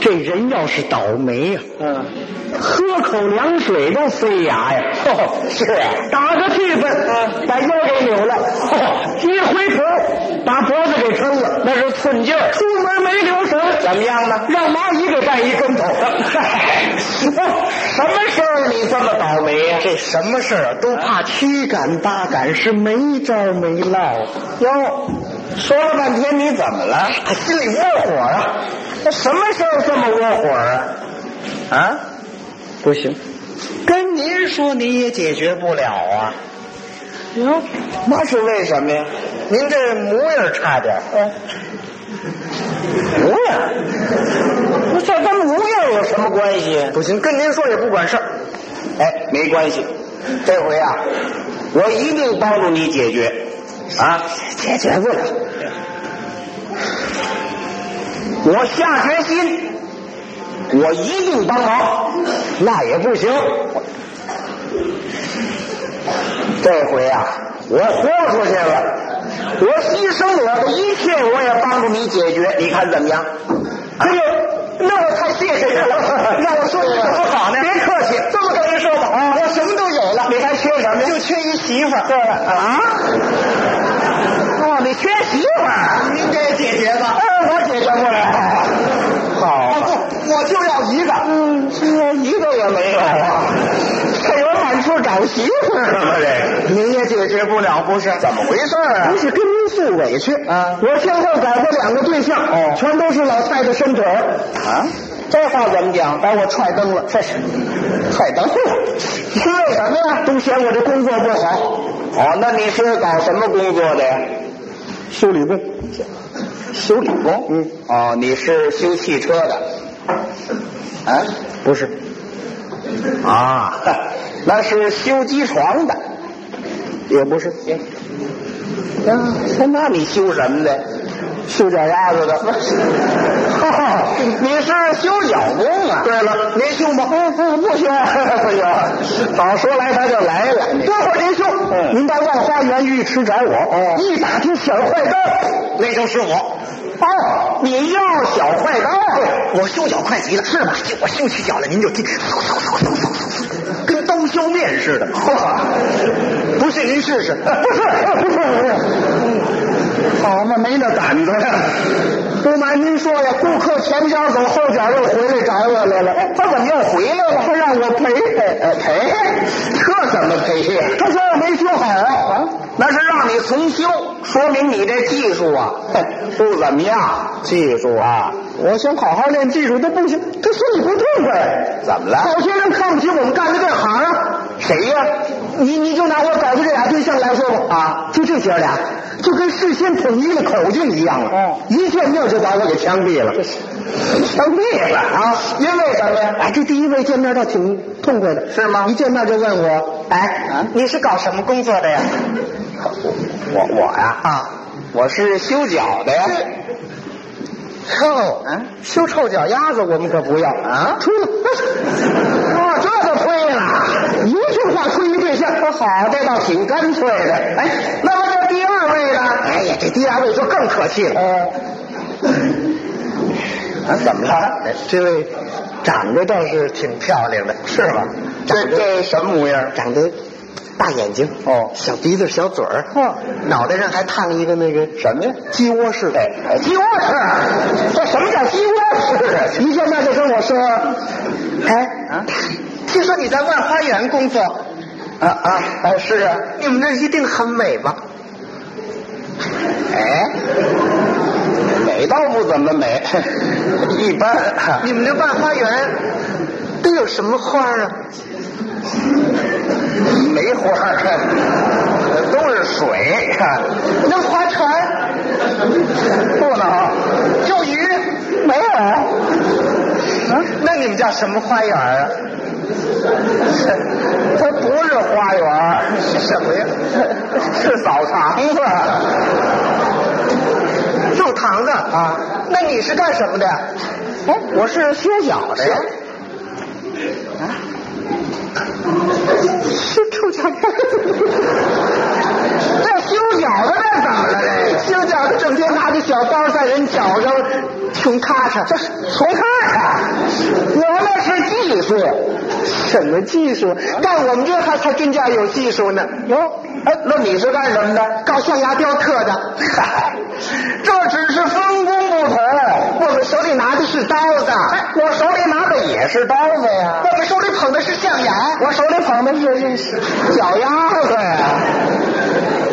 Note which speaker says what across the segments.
Speaker 1: 这人要是倒霉呀、
Speaker 2: 嗯，
Speaker 1: 喝口凉水都塞牙呀！
Speaker 2: 哦是啊
Speaker 1: 打个气氛，
Speaker 2: 嗯
Speaker 1: 把腰给扭了，一回头把脖子给撑了，
Speaker 2: 哦那是寸劲儿，
Speaker 1: 出门没留神，
Speaker 2: 怎么样呢？
Speaker 1: 让蚂蚁给绊一跟头。哦
Speaker 2: 什么事儿你这么倒霉呀、
Speaker 1: 这什么事儿啊？都怕七赶八赶，是没招没落啊。
Speaker 2: 哟，说了半天你怎么了？
Speaker 1: 心里窝火啊！
Speaker 2: 那什么事儿这么窝火啊？啊，不行，
Speaker 1: 跟您说，您也解决不了啊。
Speaker 2: 哟，那是为什么呀？您这模样差点儿，模样，不是这跟模样有什么关系？
Speaker 1: 不行，跟您说也不管事儿。
Speaker 2: 哎，没关系，这回啊，我一定帮助你解决，啊，
Speaker 1: 解决不了。
Speaker 2: 我下决心，我一定帮忙，那也不行。这回啊，我豁出去了，我牺牲我的一切，我也帮助你解决，你看怎么样？哎呦，那我太谢谢您了，让我说一句不好呢？别客气，这么跟您说吧，啊，我什么都有了，你还缺什么呀？就缺一媳妇儿。对了啊，哦，你缺媳妇儿，您给解决吧。嗯，我解决不了。
Speaker 1: 哎
Speaker 2: 好，我就要一个。嗯，我一个也没有啊。这有满处找媳妇儿吗？这您也解决不了，不是？怎么回事啊
Speaker 1: 不是跟您诉委屈
Speaker 2: 啊
Speaker 1: 我先后找过两个对象，
Speaker 2: 哦
Speaker 1: 全都是老太太伸腿儿，
Speaker 2: 啊，这话怎么讲？
Speaker 1: 把我踹蹬了。这是
Speaker 2: 快等会儿。
Speaker 1: 是为什么呀？都嫌我这工作不好，
Speaker 2: 哦，那你是搞什么工作的呀？
Speaker 1: 修理工。
Speaker 2: 修理工。
Speaker 1: 嗯。
Speaker 2: 哦，你是修汽车的。啊
Speaker 1: 不是，
Speaker 2: 啊，那是修机床的。
Speaker 1: 也不是，
Speaker 2: 啊，那你修什么的？修脚丫 子的。哦，你是修脚工啊？
Speaker 1: 对了
Speaker 2: 您修吗？不修，不修。早说来他就来了。
Speaker 1: 这会儿您说，
Speaker 2: 嗯
Speaker 1: 您到万花园浴池找我，
Speaker 2: 哦
Speaker 1: 一打听小坏蛋，
Speaker 2: 那就是我。哦，你要小坏蛋，我修脚快极了，是吧？我修起脚来，您就听，跟刀削面似的。
Speaker 1: 哦
Speaker 2: 不信您试试？不是，不是，不是。好嘛，没那胆子呀！
Speaker 1: 不瞒您说呀，顾客前脚走，后脚又回来找我来了。
Speaker 2: 他怎么又回来了？
Speaker 1: 他让我哎赔，
Speaker 2: 呃赔，这怎么赔呀？
Speaker 1: 他说我没修好啊。
Speaker 2: 那是让你重修，说明你这技术啊
Speaker 1: 哎
Speaker 2: 不怎么样。技术啊，
Speaker 1: 我想好好练技术都不行，他心里不痛快。
Speaker 2: 怎么
Speaker 1: 好
Speaker 2: 了？
Speaker 1: 些人看不起我们干的这行啊。
Speaker 2: 谁呀、
Speaker 1: 你你就拿我找的这俩对象来说吧，啊，就这姐俩，就跟事先统一了口径一样了，
Speaker 2: 哦
Speaker 1: 一见面就把我给枪毙了，
Speaker 2: 生病了啊？因为什么呀？
Speaker 1: 哎，这第一位见面倒挺痛快的，
Speaker 2: 是吗
Speaker 1: 一见面就问我，哎，你是搞什么工作的呀？
Speaker 2: 我我呀
Speaker 1: 啊，
Speaker 2: 我是修脚的呀。
Speaker 1: 臭，啊，修臭脚丫子我们可不要
Speaker 2: 啊
Speaker 1: 出来， 哦，这就推了，一句话推一对象，好，这倒挺干脆的，哎，那么这第二位哦呢？哎呀，这第二位就更可气了，
Speaker 2: 呃，啊，怎么了？
Speaker 1: 这位长得倒是挺漂亮的，
Speaker 2: 是吧？这这什么模样？
Speaker 1: 长得大眼睛，
Speaker 2: 哦
Speaker 1: 小鼻子，小嘴儿，脑袋上还烫一个那个
Speaker 2: 什么呀？
Speaker 1: 鸡窝式的。
Speaker 2: 哎，鸡窝式， 这什么叫鸡窝式啊？
Speaker 1: 一见面就跟我说，哎，
Speaker 2: 啊
Speaker 1: 听说你在万花园工作，
Speaker 2: 啊啊！哎，是啊。
Speaker 1: 你们那儿一定很美吧？
Speaker 2: 哎，美倒不怎么美，一般。
Speaker 1: 你们那万花园都有什么花啊？
Speaker 2: 梅花儿都是水，
Speaker 1: 那划船
Speaker 2: 不能。
Speaker 1: 钓鱼没有？啊，那你们叫什么花园啊？
Speaker 2: 它不是花园， 是什么呀？是澡堂啊子。
Speaker 1: 肉堂子啊？那你是干什么的？哎，
Speaker 2: 我是修脚的呀。
Speaker 1: 啊 是臭脚丫子。
Speaker 2: 这修脚的这怎么了？这
Speaker 1: 修脚的整天拿着小
Speaker 2: 小刀在人脚上穷咔嚓，这是穷咔嚓。我那是技术，什么技术？干我们这还才真叫有技术呢。哟，哎，
Speaker 3: 那你是干什么的？
Speaker 2: 搞象牙雕刻的。 嗨，
Speaker 3: 这只是分工不同，
Speaker 2: 我们手里拿的是刀子，
Speaker 3: 我手里拿的也是刀子呀。
Speaker 2: 我们手里捧的是象牙，
Speaker 3: 我手里捧的是是
Speaker 2: 脚丫子呀。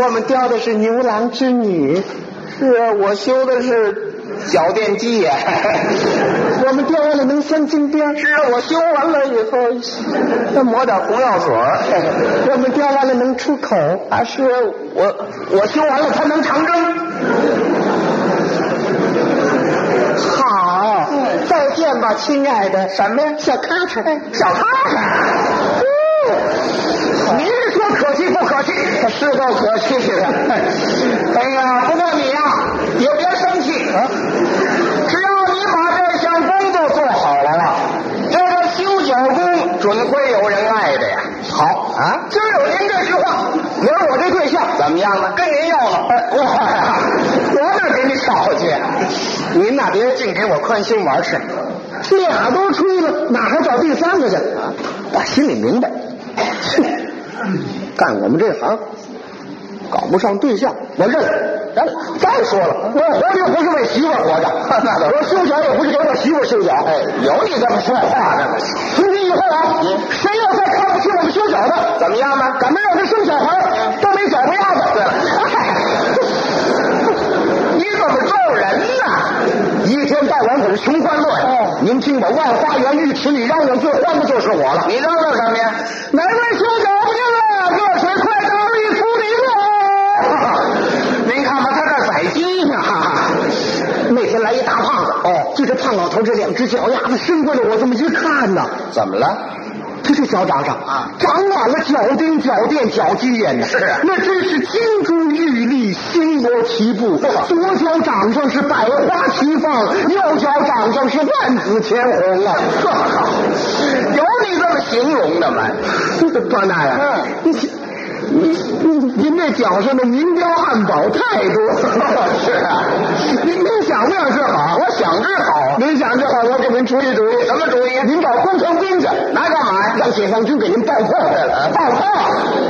Speaker 2: 我们雕的是牛郎织女，是啊我修的是
Speaker 3: 脚电 机呀。
Speaker 2: 我们雕完了能镶金边，是啊，我修完了以后，再抹点红药水儿。我们雕完了能出口，啊，是啊我我修完了它能长征。好，再见吧，亲爱的。什么呀？小咔嚓，小咔嚓。您是说可惜不可惜？是够可惜的。 哎呀，不过你呀、也别生气啊，只要你把这项工作做好了啊，这个修脚工准会有人爱的呀。好啊，今儿有您这句话，明儿我这对象怎么样呢？跟您要了。哎，我 我哪给你少去？啊您哪别净给我宽心丸吃。俩都吹了，哪还找第三个去？啊我心里明白，哼，干我们这行，搞不上对象，我认了。认了。再说了，我活着不是为媳妇儿活着，那倒我修脚也不是给我媳妇儿修脚。哎，有你这么说话的。从今以后啊，谁要再看不起我们修脚的，怎么样呢？敢没让他生小孩，都没脚不丫子。对了，你怎么咒人呢？一天到晚我是穷欢乐呀！您听我，外花园浴池里嚷嚷最欢的就是我了。你嚷嚷什么呀？哪位兄长不进来？热水快倒一出 您了！您看吧，他这宰鸡呢。那天来一大胖子，哦，就这胖老头，这两只脚丫子伸过来，我这么一看呢，
Speaker 3: 怎么了？
Speaker 2: 他这脚掌上
Speaker 3: 啊
Speaker 2: 长满了脚钉、脚垫、脚鸡眼呢。
Speaker 3: 是啊
Speaker 2: 那真是金珠玉立，星罗棋布。左脚掌上是百花齐放，右脚掌上是万紫千红啊！这好，有你这么形容 的吗？端大爷，
Speaker 3: 嗯
Speaker 2: 你您您您这脚上的明标暗宝太多，是啊，您您想不想治好？我想治好。您想治好，我给您出一主意。什么主意？您找工程兵去，拿干嘛呀？让解放军给您爆破去了。爆破？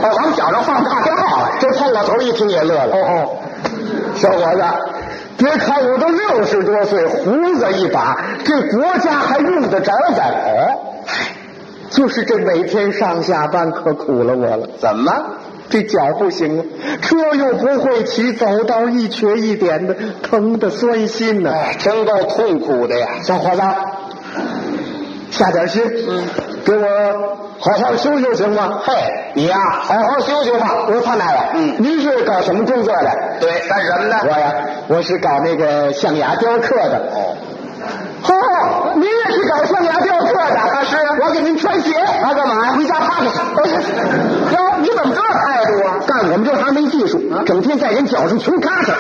Speaker 2: 哦，往脚上放大炮了。这胖老头一听也乐了。哦哦，小伙子。别看我都六十多岁，胡子一把，这国家还用得着咱？哦，就是这每天上下班可苦了我了。
Speaker 3: 怎么？
Speaker 2: 这脚不行了，车又不会骑，走道一瘸一点的，疼的酸心呐、
Speaker 3: 哎，真够痛苦的呀！
Speaker 2: 小伙子，下点心，嗯，给我好好修修行吗？嘿，
Speaker 3: 你呀、
Speaker 2: 好好修修吧。我说胖大爷，
Speaker 3: 嗯
Speaker 2: 您是搞什么工作的？
Speaker 3: 对，干什么
Speaker 2: 我
Speaker 3: 的？
Speaker 2: 呀，我是搞那个象牙雕刻的。
Speaker 3: 哦，
Speaker 2: 哦，您也是搞象牙雕刻的？啊，是啊，我给您穿鞋。啊，干嘛呀？哦回家趴着。哟，你怎么这态度啊？干我们这行没技术，整天在人脚上穷咔嚓。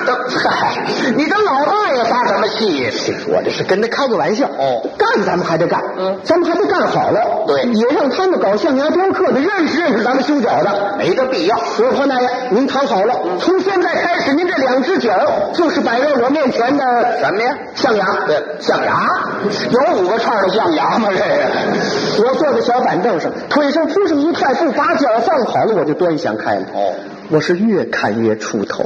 Speaker 2: 嗨，你跟老大爷发什么气呀？我这是跟他开个玩笑。
Speaker 3: 哦，
Speaker 2: 干咱们还得干，
Speaker 3: 嗯
Speaker 2: 咱们还得干好了。
Speaker 3: 对
Speaker 2: 也让他们搞象牙雕刻的认识认识咱们修脚的。
Speaker 3: 没这必要。嗯
Speaker 2: 我说大爷，您躺好了，从现在开始，您这两只脚就是摆在我面前的
Speaker 3: 什么呀？
Speaker 2: 象牙，
Speaker 3: 对
Speaker 2: 象牙，有五个串的象牙吗？这个，我坐在小板凳上，腿上铺上一块布，把脚放好了，我就端详开了。
Speaker 3: 哦，
Speaker 2: 我是越看越出头，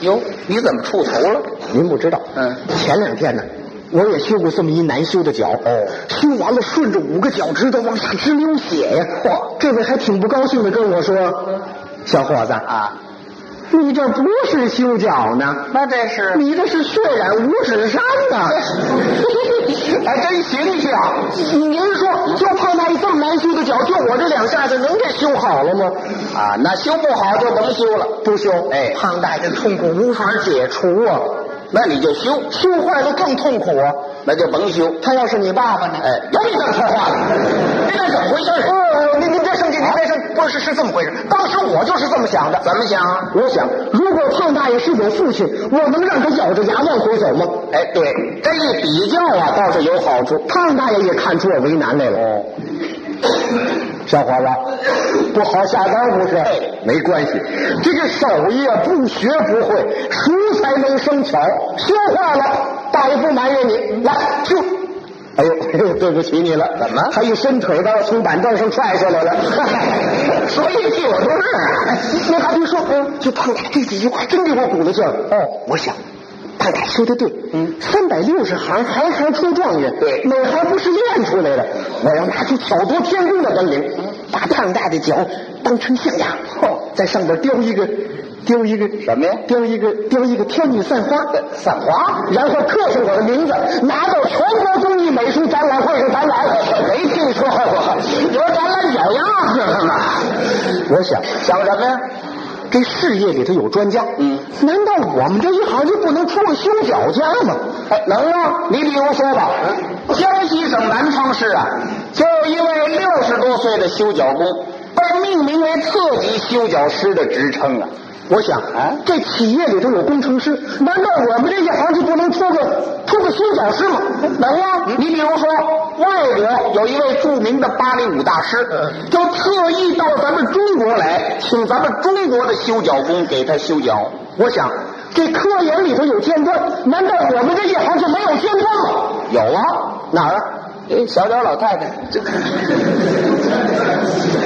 Speaker 3: 哟，你怎么触头了？
Speaker 2: 您不知道，
Speaker 3: 嗯
Speaker 2: 前两天呢。我也修过这么一难修的脚，哦，修完了顺着五个脚趾头往下直流血呀！嚯，这位还挺不高兴的跟我说：“
Speaker 3: 嗯
Speaker 2: 小伙子啊，你这不是修脚呢，
Speaker 3: 那这是
Speaker 2: 你这是血染五指山 呐！还真
Speaker 3: 哎
Speaker 2: 形象。
Speaker 3: 啊
Speaker 2: 您说，就胖大爷这么难修的脚，就我这两下子，能给修好了吗？
Speaker 3: 啊，那修不好就甭修了。
Speaker 2: 不修，
Speaker 3: 哎
Speaker 2: 胖大爷的痛苦无法解除啊，
Speaker 3: 那你就修，
Speaker 2: 修坏了更痛苦啊。
Speaker 3: 那就甭修。
Speaker 2: 他要是你爸爸呢？
Speaker 3: 哎，有你这么说话的？这该怎么回事儿？
Speaker 2: 哦，您您别生气，您别生气，不是是这么回事。当时我就是这么想的。
Speaker 3: 怎么想？
Speaker 2: 我想，如果胖大爷是我父亲，我能让他咬着牙往回走吗？
Speaker 3: 哎，对，这一比较啊，倒是有好处。
Speaker 2: 胖大爷也看出我为难来了。哦，小伙子，不好下单不是？
Speaker 3: 哎
Speaker 2: 没关系，这个手艺啊，不学不会，熟才能生巧。学坏了，大爷不埋怨你，来去。哎呦，嘿嘿对不起你了，
Speaker 3: 怎么
Speaker 2: 他一伸腿把我从板凳上踹下来了，嗨， 所以屁我啊多热。你还别说，嗯，就胖俩这几句话真给我鼓了劲儿。哦，我想。胖俩说的对，嗯，三百六十行，行行出状元，
Speaker 3: 对
Speaker 2: 每行不是练出来的。我要拿出挑拨天工的本领，把胖大的脚当成象牙，嗯哦，在上边雕一个，雕一个
Speaker 3: 什么呀
Speaker 2: 雕一个雕一个天女散花，散花，然后刻上我的名字，拿到全国工艺美术展览会上展览。没 听说过，有展览脚丫子了吗？我想想什么呀？这事业里头有专家，
Speaker 3: 嗯，
Speaker 2: 难道我们这一行就不能出个修脚家吗？哎，能啊！嗯你比如说吧，江西省南昌市啊，就有一位六十多岁的修脚工，被命名为特级修脚师的职称啊。我想啊，这企业里头有工程师，难道我们这一行就不能出个出个修脚师吗？能啊！你比如说，外国有一位著名的芭蕾舞大师，就特意到咱们中国来，请咱们中国的修脚工给他修脚。我想，这科研里头有尖端，难道我们这一行就没有尖端吗？有啊，哪儿啊？小脚老太太，这个，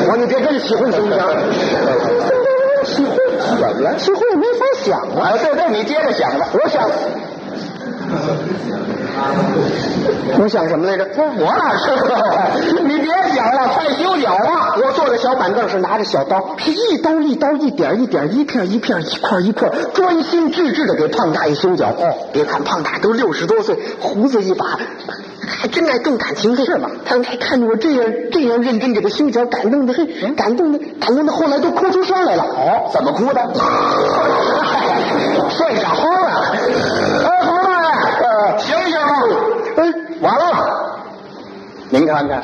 Speaker 2: 我你别跟着起哄行不行？起哄怎么了？起哄没法想啊！对对，你接着想吧。我想，我想什么来着？我哪知道啊？ 你别想了，快修脚啊！我坐在小板凳上，拿着小刀，是一刀一刀，一点一点，一片一片，一块一块，专心致志的给胖大爷修脚。哦，别看胖大都六十多岁，胡子一把。还真爱动感情是吗？他还看着我这样这样认真给他修脚，感动的嘿，感动的感动的，后来都哭出声来了。哦，怎么哭的？睡着了。哎，胡大爷，呃醒醒吧！哎，完了，您看看。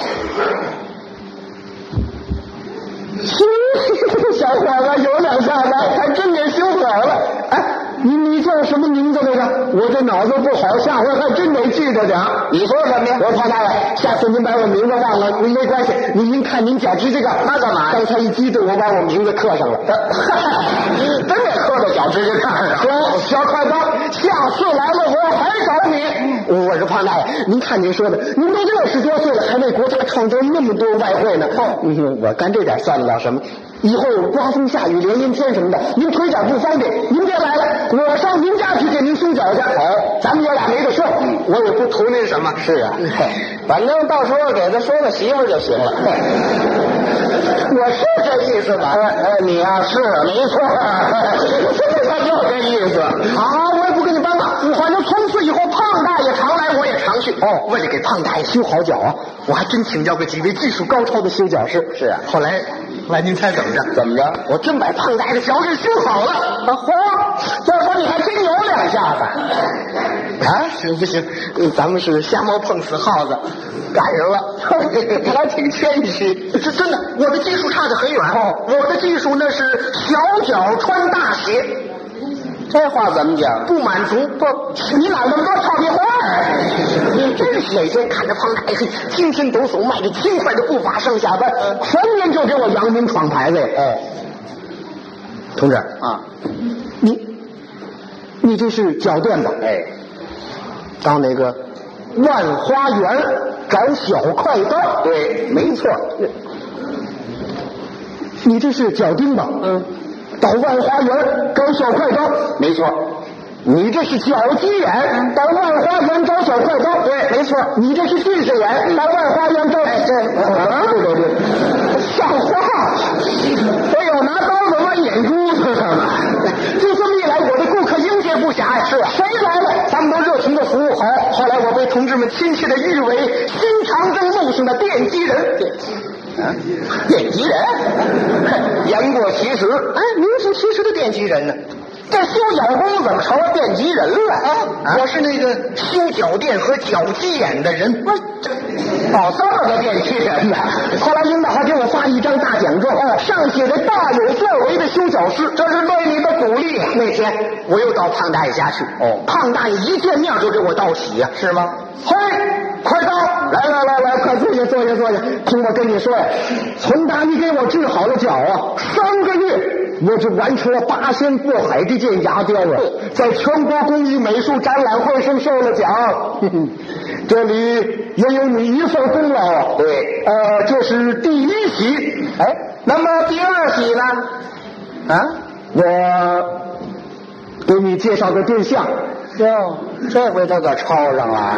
Speaker 2: 小伙子有两下子，还真给修好了。哎，你你叫什么名字来着？我这脑子不好，下回还真得记着点儿。你说什么呀？我说胖大爷，下次您把我名字忘了，您没关系，您您看您脚趾这个，那干嘛？刚才一激动，我把我名字刻上了。 真给刻到脚趾这上了。行， 小快刀，下次来了我还找嗯你。我是胖大爷，您看您说的，您都六十多岁了，还为国家创造那么多外汇呢。嗯，我干这点算不了什么。以后有刮风下雨、连阴天什么的，您腿脚不方便，您别来了，我上您家去给您修脚去。好，咱们爷俩没得说，我也不图您什么。哦嗯是啊， 反正到时候给他说个媳妇就行了。 我是这意思吧？哎哎，你呀、是没 错，他就这意思。好，我也不跟你搬了，反正从此以后胖大爷常来，我也常去。哦，为了给胖大爷修好脚啊，我还真请教过几位技术高超的修脚师。是啊，后来后来您猜怎么着？怎么着？我真把胖大爷的脚给修好了。啊，嚯！要说你还真有两下子。啊，行不行？嗯咱们是瞎猫碰死耗子，赶上了， 他还挺谦虚。这真的，我的技术差得很远。哦，我的技术那是小脚穿大鞋。这话怎么讲？不满足不？你哪那么多俏皮话儿？ 你真是眼尖，看着胖大爷嘿精神抖擞，迈着轻快的步伐上下班，全年就给我扬名闯牌子。哎，同志啊，你你这是脚垫吧？哎，到那个万花园找小快刀。对，没错。你这是脚钉吧？嗯，到万花园找小快刀。没错。你这是脚鸡眼，到万花园找小快刀。对，没错。你这是近视眼，到万花园找。哎，对，啊，对对 对，像话！哎呦，拿刀子剜眼珠子上了。就这么一来，我的顾客应接不暇呀。是啊，谁来了，咱们都热情的服务好。后来我被同志们亲切的誉为新长征路上的奠基人。奠基人，哼言过其实，哎，名副其实的奠基人呢。这修脚工怎么成了奠基人了啊？我是那个修脚垫和脚鸡眼的人。我哎这哦，这么个奠基人呢？后来领导还给我发一张大奖状，哦，上写着“大有作为”的修脚师，这是对你的鼓励。那天我又到胖大爷家去，哦，胖大爷一见面就给我道喜呀、是吗？嘿，快到！来来来来，快坐下坐下坐下，听我跟你说呀，从打你给我治好了脚啊，三个月我就完成了八仙过海这件牙雕啊，在全国工艺美术展览会上受了奖。 哼哼这里也有你一份功劳啊！
Speaker 3: 对
Speaker 2: 呃，这是第一喜，哎，那么第二喜呢？啊，我给你介绍个对象，
Speaker 3: 哟，这回他可抄上了。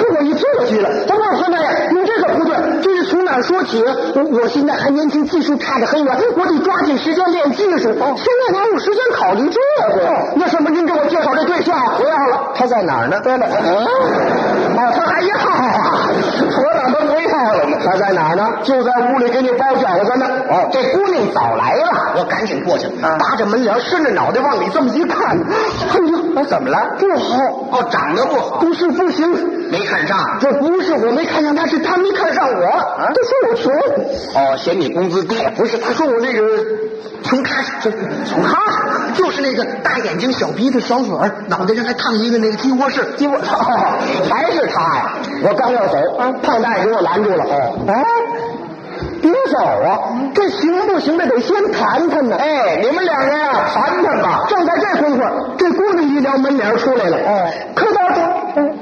Speaker 2: 这我一坐起了，他告诉大爷，你这可不对，这是从哪儿说起？我我现在还年轻，技术差得很远，我得抓紧时间练技术。现在哪有时间考虑这个？哦那什么，您给我介绍这对象？不要了，
Speaker 3: 他在哪儿呢？
Speaker 2: 对了，哦，他还要啊，我咋都不要了呢？他在哪儿呢？就在屋里给你包饺子呢。哦，这姑娘早来了，我赶紧过去，啊搭着门帘，伸着脑袋往里这么一看，哎呀，怎么了？不好，
Speaker 3: 哦，长得不好，
Speaker 2: 不是不行。
Speaker 3: 没看上。
Speaker 2: 这不是我没看上他，是他没看上我。啊，他说我穷，
Speaker 3: 哦，嫌你工资低。
Speaker 2: 不是他说我那个穷咖，这穷咖，就是那个大眼睛、小鼻子、小嘴儿，脑袋上还烫一个那个鸡窝式，鸡窝、哦还是他呀、我刚要走，啊，胖大爷给我拦住了。哦，哎，别走啊，这行不行？这得先谈谈呢。
Speaker 3: 哎，你们两个呀、谈谈吧。
Speaker 2: 正在这功夫，这姑娘一撩门帘出来了。哦，可到这，嗯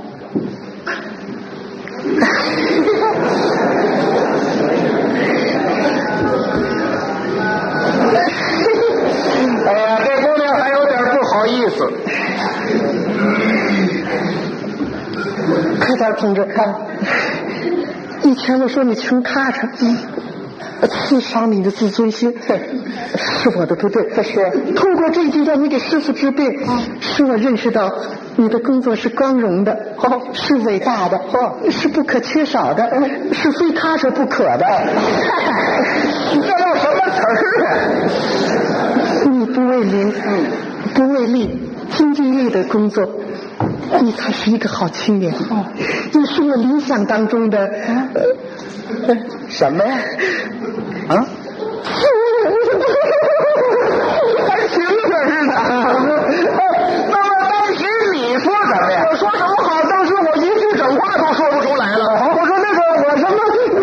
Speaker 3: 哎呀，这姑娘还有点不好意思。
Speaker 2: 开导同志啊，以前我说你穷咔嚓，嗯刺伤你的自尊心，是我的不对。可是通过这句让你给师傅治病，
Speaker 3: 嗯
Speaker 2: 使我认识到你的工作是光荣的，
Speaker 3: 哦
Speaker 2: 是伟大的，是不可缺少的，
Speaker 3: 嗯
Speaker 2: 是非咔嚓不可的。
Speaker 3: 这叫什么词儿啊？
Speaker 2: 你不为民，不为利，兢兢业业的工作，你才是一个好青年。
Speaker 3: 哦
Speaker 2: 你是我理想当中的。呃呃
Speaker 3: 什么呀？啊？还寻思着呢。哎 那么当时你说什么呀？
Speaker 2: 我说什么好？当时我一句整话都说不出来了。我说那个我什么嗯，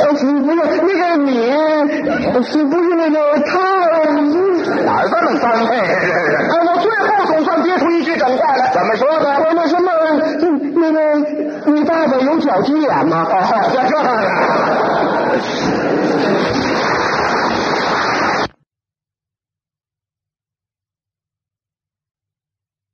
Speaker 2: 呃不是那个你，呃是不是那个他？嗯
Speaker 3: 哪儿这么脏配呀？这是
Speaker 2: 哎，我最后总算憋出一句整话来。
Speaker 3: 怎么说的？
Speaker 2: 我那什么，嗯那个你 大嘴有脚鸡眼吗？
Speaker 3: 哦，这这样啊。